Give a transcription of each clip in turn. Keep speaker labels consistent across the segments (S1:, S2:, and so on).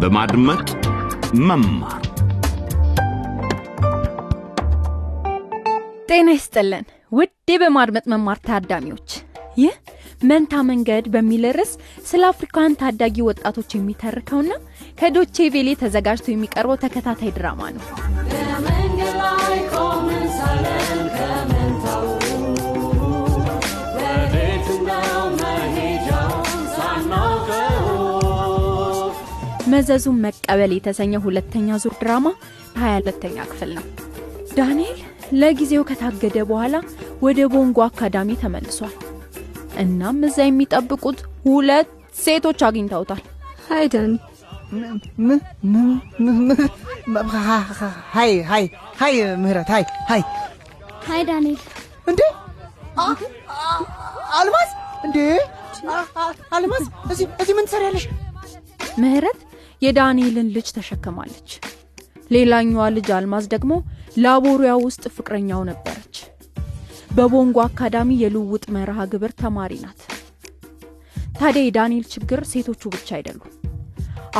S1: በማድመጥ መማር
S2: ጤና ይስጥልን ውድ በማድመጥ መማር ታዳሚዎች ይህ መንታ መንገድ በሚል ርዕስ ስለ አፍሪካውያን ታዳጊ ወጣቶች የሚተርከውና ከዶቼ ቬሌ ተዘጋጅቶ የሚቀርበው ተከታታይ ድራማ ነው መዘዙን መቀበል የተሰኘ ሁለተኛ ዙር ድራማ ሀያ ሁለተኛ ክፍል ነው ዳንኤል ለጊዜው ከታገደ በኋላ ወደ ቦንጎ አካዳሚ ተመልሷል እናም እዛ የሚጠብቁት ሁለት ሴቶች አግኝተውታል
S3: ሀይደን
S4: ሀይ ሀይ ሀይ ምህረት ሀይ ሀይ
S3: ሀይ ዳንኤል
S4: እንዴ አ- አ- አልማዝ እንዴ አ- አ- አልማዝ እዚህ እዚህ ምን ትሰሪያለሽ
S2: ምህረት የዳንኤልን ልጅ ተሸክማለች ሌላኛዋ ልጅ አልማዝ ደግሞ ላቦሪያ ውስጥ ፍቅረኛው ነበረች በቦንጎ አካዳሚ የልውውጥ መርሃ ግብር ተማሪ ናት ታዲያ የዳንኤል ችግር ሴቶቹ ብቻ አይደሉም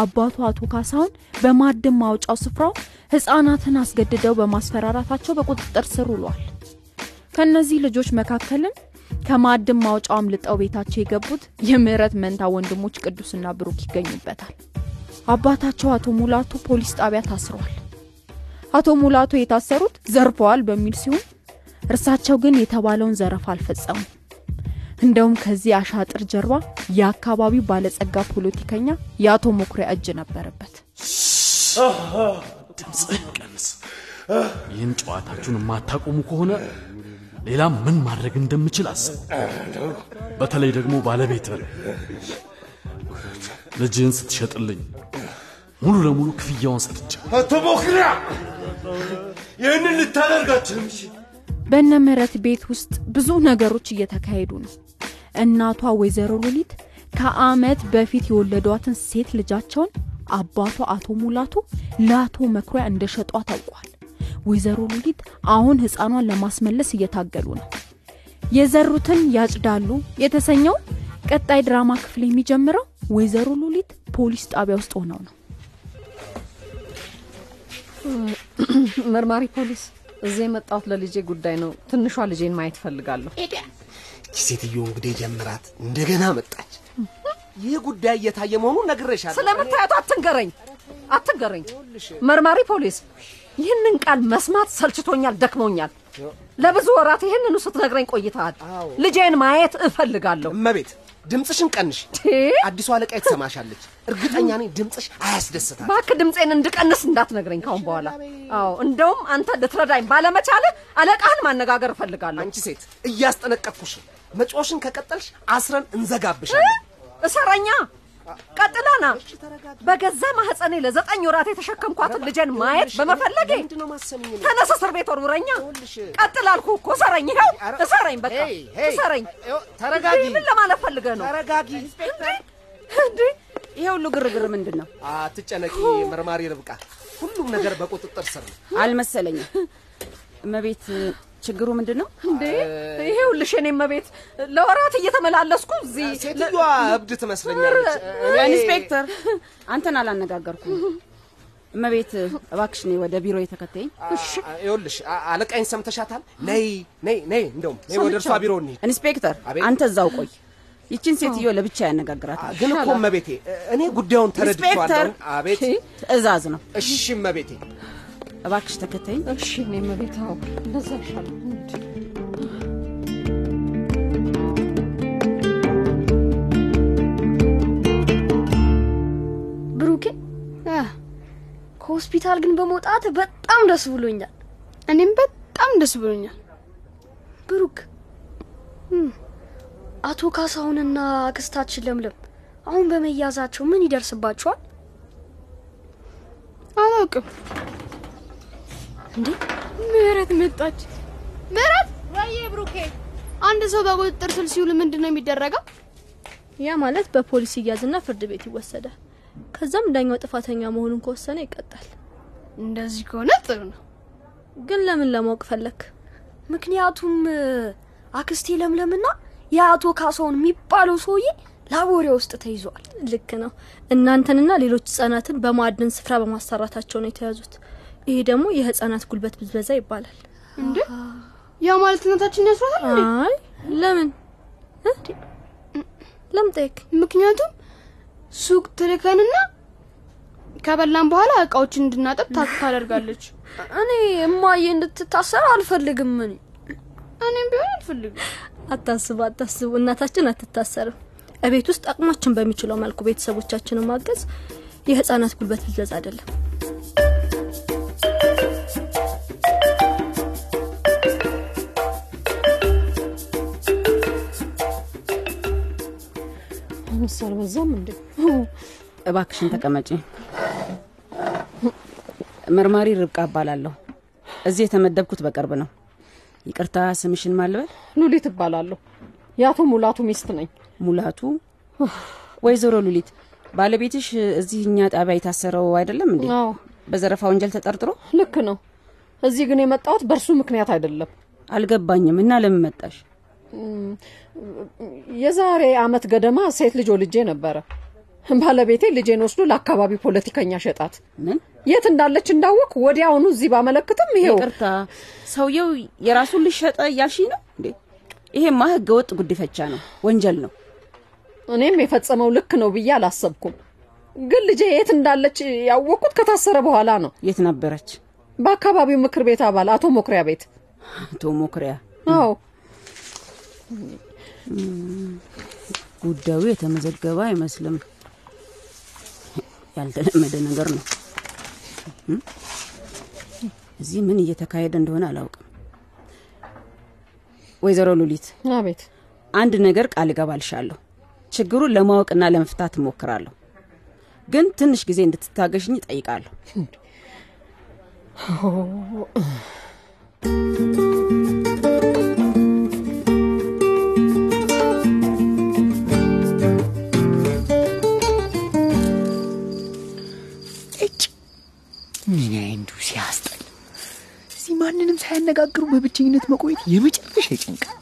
S2: አባቱ አቶ ካሳሁን በማዕድን ማውጫው ስፍራው ህፃናትን አስገድደው በማስፈራራታቸው በቁጥጥር ስር ውሏል ከእነዚህ ልጆች መካከልም ከማዕድን ማውጫው አምልጠው ቤታቸው የገቡት የምህረት መንታ ወንድሞች ቅዱስና ብሩክ ይገኙበታል አባታቸው አቶ ሙላቱ ፖሊስ ጣቢያ ታስረዋል አቶ ሙላቱ የታሰሩት ዘርፈዋል በሚል ሲሆን እርሳቸው ግን የተባለውን ዘረፋ አልፈጸሙም እንደውም ከዚህ አሻጥር ጀርባ የአካባቢው ባለጸጋ ፖለቲከኛ የአቶ መኩሪያ እጅ ነበረበት
S5: ድምፅህን ቀንስ ይህን ጨዋታችሁን የማታቆሙ ከሆነ ሌላ ምን ማድረግ እንደምችል አስብ በተለይ ደግሞ ባለቤትህን ልጅህን ስትሸጥልኝ ሙሉ ለሙሉ ክፍያውን ሰጥቻ
S6: አቶ ቦክሪያ ይህንን ልታደርጋችም
S2: በነ ምህረት ቤት ውስጥ ብዙ ነገሮች እየተካሄዱ ነው እናቷ ወይዘሮ ሉሊት ከአመት በፊት የወለዷትን ሴት ልጃቸውን አባቷ አቶ ሙላቱ ለአቶ መኩሪያ እንደሸጧ ታውቋል ወይዘሮ ሉሊት አሁን ህፃኗን ለማስመለስ እየታገሉ ነው የዘሩትን ያጭዳሉ የተሰኘው ቀጣይ ድራማ ክፍል የሚጀምረው ወይዘሮ ሉሊት ፖሊስ ጣቢያ ውስጥ ሆነው ነው
S7: መርማሪ ፖሊስ እዚህ የመጣሁት ለልጄ ጉዳይ ነው ትንሿ ልጄን ማየት ፈልጋለሁ
S8: ሴትዮ እንግዲህ ጀምራት እንደገና መጣች ይህ ጉዳይ እየታየ መሆኑን ነግሬሻለሁ
S7: ስለምታያቱ አትንገረኝ አትንገረኝ መርማሪ ፖሊስ ይህንን ቃል መስማት ሰልችቶኛል ደክሞኛል ለብዙ ወራት ይህንኑ ስትነግረኝ ቆይተሃል ልጄን ማየት እፈልጋለሁ
S8: እመቤት ድምፅሽን ቀንሽ
S7: እ?
S8: አዲሷ አለቃ ትሰማሻለች እርግጠኛ ነኝ ድምፅሽ አያስደስታል
S7: ባክ ድምፄን እንድቀንስ እንዳትነግረኝ ካሁን በኋላ አዎ እንደውም አንተ ልትረዳኝ ባለመቻለ አለቃህን ማነጋገር እፈልጋለሁ
S8: አንቺ ሴት እያስጠነቀቅኩሽ ነው። መጮሽን ከቀጠልሽ አስረን እንዘጋብሻለን
S7: እሰረኛ ቀጥላና በገዛ ማህፀኔ ለዘጠኝ ወራት የተሸከምኳትን ልጄን ማየት በመፈለጌ
S8: ምንድነው ማሰሚኝ ነው?
S7: ተነስ እስር ቤት ወርውረኛ
S8: ይኸውልሽ።
S7: ቀጥል አልኩ እኮ እሰረኝ ይኸው
S8: ኧረ-
S7: እሰረኝ በቃ
S8: ሄይ፣ ሄይ።
S7: እሰረኝ
S8: ይኸው፣ ተረጋጊ።
S7: እንዴ፣ ምን ለማለት ፈልገህ ነው
S8: ተረጋጊ
S7: እንዴ ይሄ ሁሉ ግርግር ምንድን ነው
S8: አትጨነቂ መርማሪ ርብቃ ሁሉም ነገር በቁጥጥር ስር ነው
S9: አልመሰለኝም እመቤት ችግሩ ምንድን ነው
S7: እንዴ ይሄ ሁልሽ እኔም ቤት ለወራት እየተመላለስኩ እዚህ
S8: ሴትዮዋ እብድ ትመስለኛለች
S9: ኢንስፔክተር አንተን አላነጋገርኩም እመቤት እባክሽ ነይ ወደ ቢሮ የተከተኝ
S8: ይኸውልሽ አ- አለቃይን ሰምተሻታል ነይ ነይ ነይ እንደውም ነይ ወደ እርሷ ቢሮ እንሂድ
S9: ኢንስፔክተር
S8: አቤት።
S9: አንተ እዛው ቆይ ይችን ሴትዮ ለብቻ ያነጋግራታል
S8: አ፣ ግን እኮ እመቤቴ እኔ ጉዳዩን ተረድቼዋለሁ
S9: ኢንስፔክተር!
S8: አቤት
S9: ትእዛዝ ነው
S8: እሺ እመቤቴ
S9: እባክሽ ተከተኝ
S7: እሺ እኔም ቤት አዎ እንደዛ ይሻላል
S10: ብሩኬ
S3: አህ፣
S10: ከሆስፒታል ግን በመውጣት በጣም ደስ ብሎኛል
S3: እኔም በጣም ደስ ብሎኛል
S10: ብሩክ እም፣ አቶ ካሳሁንና አክስታችን ለምለም አሁን በመያዛቸው ምን ይደርስባቸዋል
S3: አላውቅም
S10: እንዴ
S3: ምህረት መጣች ምህረት ወይዬ ብሩኬ አንድ ሰው በቁጥጥር ስር ሲውል ምንድን ነው የሚደረገው
S11: ያ ማለት በፖሊስ ይያዝና ፍርድ ቤት ይወሰዳል። ከዛም ዳኛው ጥፋተኛ መሆኑን ከወሰነ ይቀጣል።
S3: እንደዚህ ከሆነ ጥሩ ነው
S11: ግን ለምን ለማወቅ ፈለክ?
S10: ምክንያቱም እ፣ አክስቴ ለምለምና የአቶ ካሳሁን የሚባለው ሰውዬ
S11: ላቦሬ ውስጥ ተይዟል። ልክ ነው። እናንተንና ሌሎች ህጻናትን በማዕድን ስፍራ በማሰራታቸው ነው የተያዙት። ይሄ ደግሞ የህጻናት ጉልበት ብዝበዛ ይባላል።
S3: እንዴ ያ ማለት እናታችን ያስሯታል እንዴ?
S11: አይ ለምን እ? ለምን ጠየቅ?
S3: ምክንያቱም ሱቅ ትልከንና ከበላን በኋላ እቃዎችን እንድናጠብ ታክ ታደርጋለች።
S10: እኔ እማዬ እንድትታሰር አልፈልግም። እኔ
S3: እኔም ቢሆን አልፈልግም።
S11: አታስቡ፣ አታስቡ። እናታችን አትታሰርም። እቤት ውስጥ አቅማችን በሚችለው መልኩ ቤተሰቦቻችንን ማገዝ የህፃናት ጉልበት ብዝበዛ አይደለም።
S7: አምስት አልበዛም እንዴ?
S9: እባክሽን ተቀመጪ። መርማሪ ርብቃ እባላለሁ። እዚህ የተመደብኩት በቅርብ ነው። ይቅርታ ስምሽን ማልበል?
S7: ሉሊት እባላለሁ። የአቶ ሙላቱ ሚስት ነኝ።
S9: ሙላቱ? ወይዘሮ ሉሊት ባለቤትሽ እዚህ እኛ ጣቢያ የታሰረው አይደለም እንዴ?
S7: አዎ፣
S9: በዘረፋ ወንጀል ተጠርጥሮ?
S7: ልክ ነው። እዚህ ግን የመጣሁት በእርሱ ምክንያት አይደለም።
S9: አልገባኝም። እና ለምን መጣሽ?
S7: እም፣ የዛሬ አመት ገደማ ሴት ልጅ ወልጄ ነበረ። ባለቤቴ ልጄን ወስዶ ለአካባቢ ፖለቲከኛ ሸጣት።
S9: ምን?
S7: የት እንዳለች እንዳወቅ ወዲያውኑ እዚህ ባመለክትም ይሄው
S9: ይቅርታ፣ ሰውየው የራሱን ልጅ ሸጠ እያልሽኝ ነው እንዴ? ይሄማ ህገ ወጥ ጉዲፈቻ ነው፣ ወንጀል ነው።
S7: እኔም የፈጸመው ልክ ነው ብዬ አላሰብኩም። ግን ልጄ የት እንዳለች ያወቅኩት ከታሰረ በኋላ ነው።
S9: የት ነበረች?
S7: በአካባቢው ምክር ቤት አባል አቶ ሞክሪያ ቤት።
S9: አቶ ሞክሪያ።
S7: አዎ
S9: እም፣ ጉዳዩ የተመዘገበ አይመስልም። ያልተለመደ ነገር ነው። እም፣ እዚህ ምን እየተካሄደ እንደሆነ አላውቅም። ወይዘሮ ሉሊት
S7: አቤት።
S9: አንድ ነገር ቃል እገባልሻለሁ። ችግሩን ለማወቅና ለመፍታት እሞክራለሁ። ግን ትንሽ ጊዜ እንድትታገሽኝ እጠይቃለሁ።
S4: ምን አይንዱ ሲያስጠላ! እዚህ ማንንም ሳያነጋግሩ በብቸኝነት መቆየት የመጨረሻ ይጨንቃል።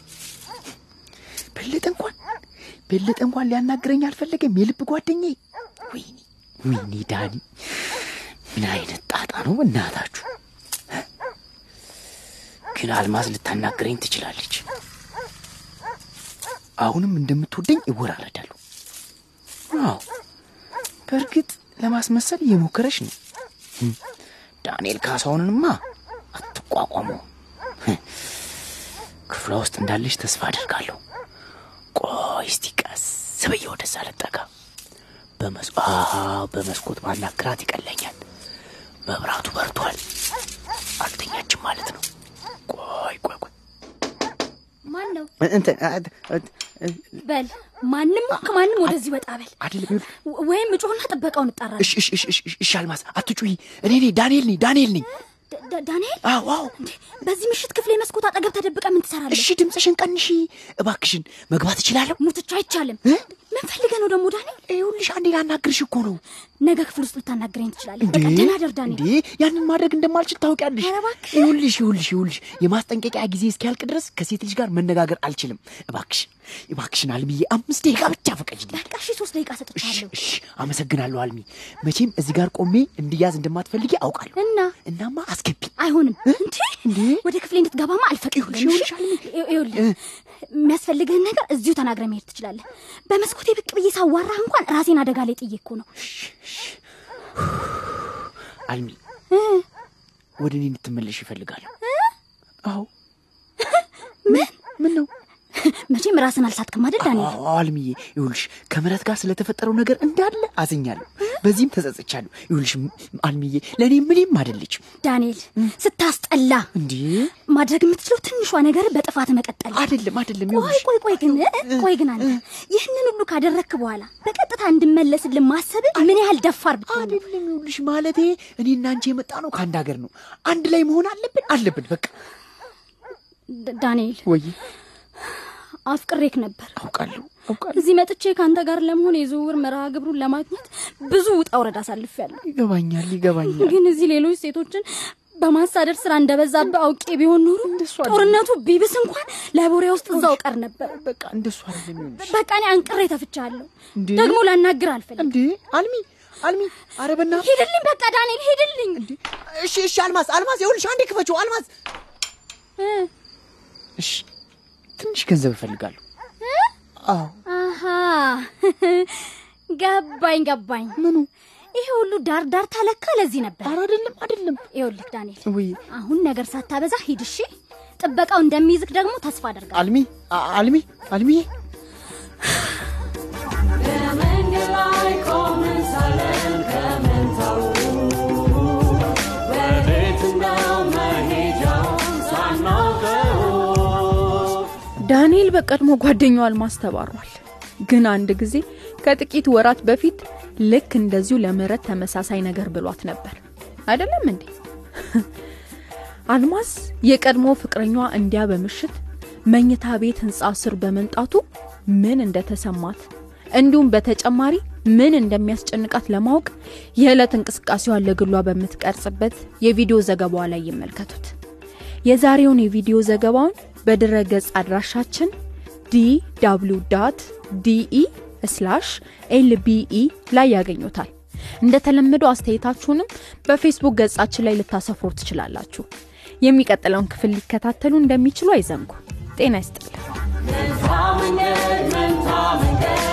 S4: በለጠ እንኳን በለጠ እንኳን ሊያናግረኝ አልፈለገም። የልብ ጓደኛዬ። ወይኔ ወይኔ፣ ዳኒ ምን አይነት ጣጣ ነው በእናታችሁ! ግን አልማዝ ልታናግረኝ ትችላለች። አሁንም እንደምትወደኝ እወራረዳለሁ። አዎ በእርግጥ ለማስመሰል እየሞከረች ነው። ዳንኤል ካሳሁንንማ አትቋቋሙ። ክፍሏ ውስጥ እንዳለች ተስፋ አድርጋለሁ። ቆይ እስቲ ቀስ ብዬ ወደዛ ልጠጋ። በመስ- አሃ፣ በመስኮት ባናግራት ይቀለኛል። መብራቱ በርቷል። አልተኛችም ማለት ነው። ቆይ ቆይ ቆይ
S11: ማን ነው?
S4: እንትን አ- አ-
S11: በል ማንም ከማንም ወደዚህ ወጣ በል፣
S4: አይደለም ይኸውልህ፣
S11: ወ- ወይም እጮህና ጥበቃውን እጣራለሁ።
S4: እሺ እሺ እሺ እሺ፣ እሺ አልማዝ አትጩሂ። እኔ ነኝ ዳንኤል ነኝ ዳንኤል ነኝ።
S11: ዳ- ዳ- ዳንኤል
S4: አዎ አዎ።
S11: በዚህ ምሽት ክፍሌ መስኮት አጠገብ ተደብቀ ምን ትሰራለህ?
S4: እሺ ድምፅሽን ቀንሺ እባክሽን። መግባት እችላለሁ?
S11: ሙትቻ አይቻልም። ምን ፈልገህ ነው ደግሞ ዳንኤል?
S4: ይኸውልሽ አንዴ ላናግርሽ እኮ ነው።
S11: ነገ ክፍል ውስጥ ልታናግረኝ ትችላለህ።
S4: እንዴ?
S11: በቃ ደህና ደር ዳንኤል።
S4: እንዴ ያንን ማድረግ እንደማልችል ታውቂያለሽ። ይኸውልሽ ይኸውልሽ ይኸውልሽ የማስጠንቀቂያ ጊዜ እስኪያልቅ ድረስ ከሴት ልጅ ጋር መነጋገር አልችልም። እባክሽ እባክሽን አልሚዬ አምስት ደቂቃ ብቻ ፈቀጅልኝ።
S11: በቃ እሺ፣ ሶስት ደቂቃ ሰጥቻለሁ።
S4: እሺ አመሰግናለሁ አልሚ። መቼም እዚህ ጋር ቆሜ እንድያዝ እንደማትፈልጊ አውቃለሁ።
S11: እና
S4: እናማ አስገቢ።
S11: አይሆንም እንዴ! ወደ ክፍሌ እንድትገባማ አልፈቅድልህም። እሺ? ይኸውልህ የሚያስፈልግህን ነገር እዚሁ ተናግረ መሄድ ትችላለህ። በመስኮቴ ብቅ ብዬ ሳዋራህ እንኳን ራሴን አደጋ ላይ ጥዬ እኮ ነው።
S4: አልሚ ወደ እኔ እንድትመለሽ ይፈልጋለሁ። አዎ
S11: ምን
S4: ምን ነው?
S11: መቼም ራስን አልሳትክም አይደል ዳንኤል?
S4: አዎ አልሚዬ፣ ይኸውልሽ ከምህረት ጋር ስለተፈጠረው ነገር እንዳለ አዝኛለሁ፣ በዚህም ተጸጽቻለሁ። ይኸውልሽ ም- አልሚዬ ለእኔ ምንም አይደለችም።
S11: ዳንኤል ስታስጠላ
S4: እንዴ
S11: ማድረግ የምትችለው ትንሿ ነገር በጥፋት መቀጠል
S4: አይደለም አይደለም።
S11: ቆይ
S4: ይኸውልሽ
S11: ቆይ ቆይ ግን ቆይ ግን አንተ ይህንን ሁሉ ካደረግክ በኋላ በቀጥታ እንድመለስልን ማሰብ ምን ያህል ደፋር ብትሆን ነው?
S4: አይደለም፣ ይኸውልሽ ማለቴ እኔ እና አንቺ የመጣ ነው ከአንድ ሀገር ነው። አንድ ላይ መሆን አለብን አለብን። በቃ
S11: ዳ- ዳንኤል
S4: ወይ
S11: አፍቅሬክ ነበር።
S4: አውቃለሁ አውቃለሁ፣
S11: እዚህ መጥቼ ከአንተ ጋር ለመሆን የዝውውር መርሃ ግብሩን ለማግኘት ብዙ ውጣ ውረድ አሳልፌያለሁ።
S4: ይገባኛል ይገባኛል።
S11: ግን እዚህ ሌሎች ሴቶችን በማሳደድ ስራ እንደበዛብህ አውቄ ቢሆን ኖሮ ጦርነቱ ቢብስ እንኳን ላይቦሪያ ውስጥ እዛው ቀር ነበር።
S12: በቃ እንደሱ አይደለም የሚሆንሽ።
S11: በቃ እኔ አንቅሬ ተፍቻለሁ።
S12: እንዴ!
S11: ደግሞ ላናግር አልፈልግም።
S12: እንዴ አልሚ አልሚ፣ ኧረ በእናትሽ
S11: ሂድልኝ፣ በቃ ዳንኤል ሂድልኝ።
S12: እሺ፣ እሺ፣ አልማዝ አልማዝ፣ ይኸውልሽ አንዴ ክፈችው አልማዝ። እሺ፣ ትንሽ ገንዘብ እፈልጋለሁ። አዎ፣
S11: አሃ ገባኝ ገባኝ።
S12: ምኑ
S11: ይሄ ሁሉ ዳር ዳር ታለካ ለዚህ ነበር። ኧረ
S12: አይደለም አይደለም።
S11: ይኸውልህ ዳንኤል
S12: ውይ
S11: አሁን ነገር ሳታበዛ ሂድ እሺ። ጥበቃው እንደሚይዝክ ደግሞ ተስፋ አደርጋለሁ።
S12: አልሚ አ- አልሚ አልሚ
S2: ዳንኤል በቀድሞ ጓደኛው አልማዝ ተባሯል። ግን አንድ ጊዜ ከጥቂት ወራት በፊት ልክ እንደዚሁ ለምህረት ተመሳሳይ ነገር ብሏት ነበር። አይደለም እንዴ? አልማዝ የቀድሞ ፍቅረኛዋ እንዲያ በምሽት መኝታ ቤት ህንፃ ስር በመምጣቱ ምን እንደተሰማት እንዲሁም በተጨማሪ ምን እንደሚያስጨንቃት ለማወቅ የዕለት እንቅስቃሴዋን ለግሏ በምትቀርጽበት የቪዲዮ ዘገባዋ ላይ ይመልከቱት። የዛሬውን የቪዲዮ ዘገባውን በድረ ገጽ አድራሻችን ዲw ዲኢ ስላሽ ኤልቢኢ e ላይ ያገኙታል። እንደተለመደው አስተያየታችሁንም በፌስቡክ ገጻችን ላይ ልታሰፍሩ ትችላላችሁ። የሚቀጥለውን ክፍል ሊከታተሉ እንደሚችሉ አይዘንጉ። ጤና ይስጥልን።
S13: መንታ መንገድ መንታ መንገድ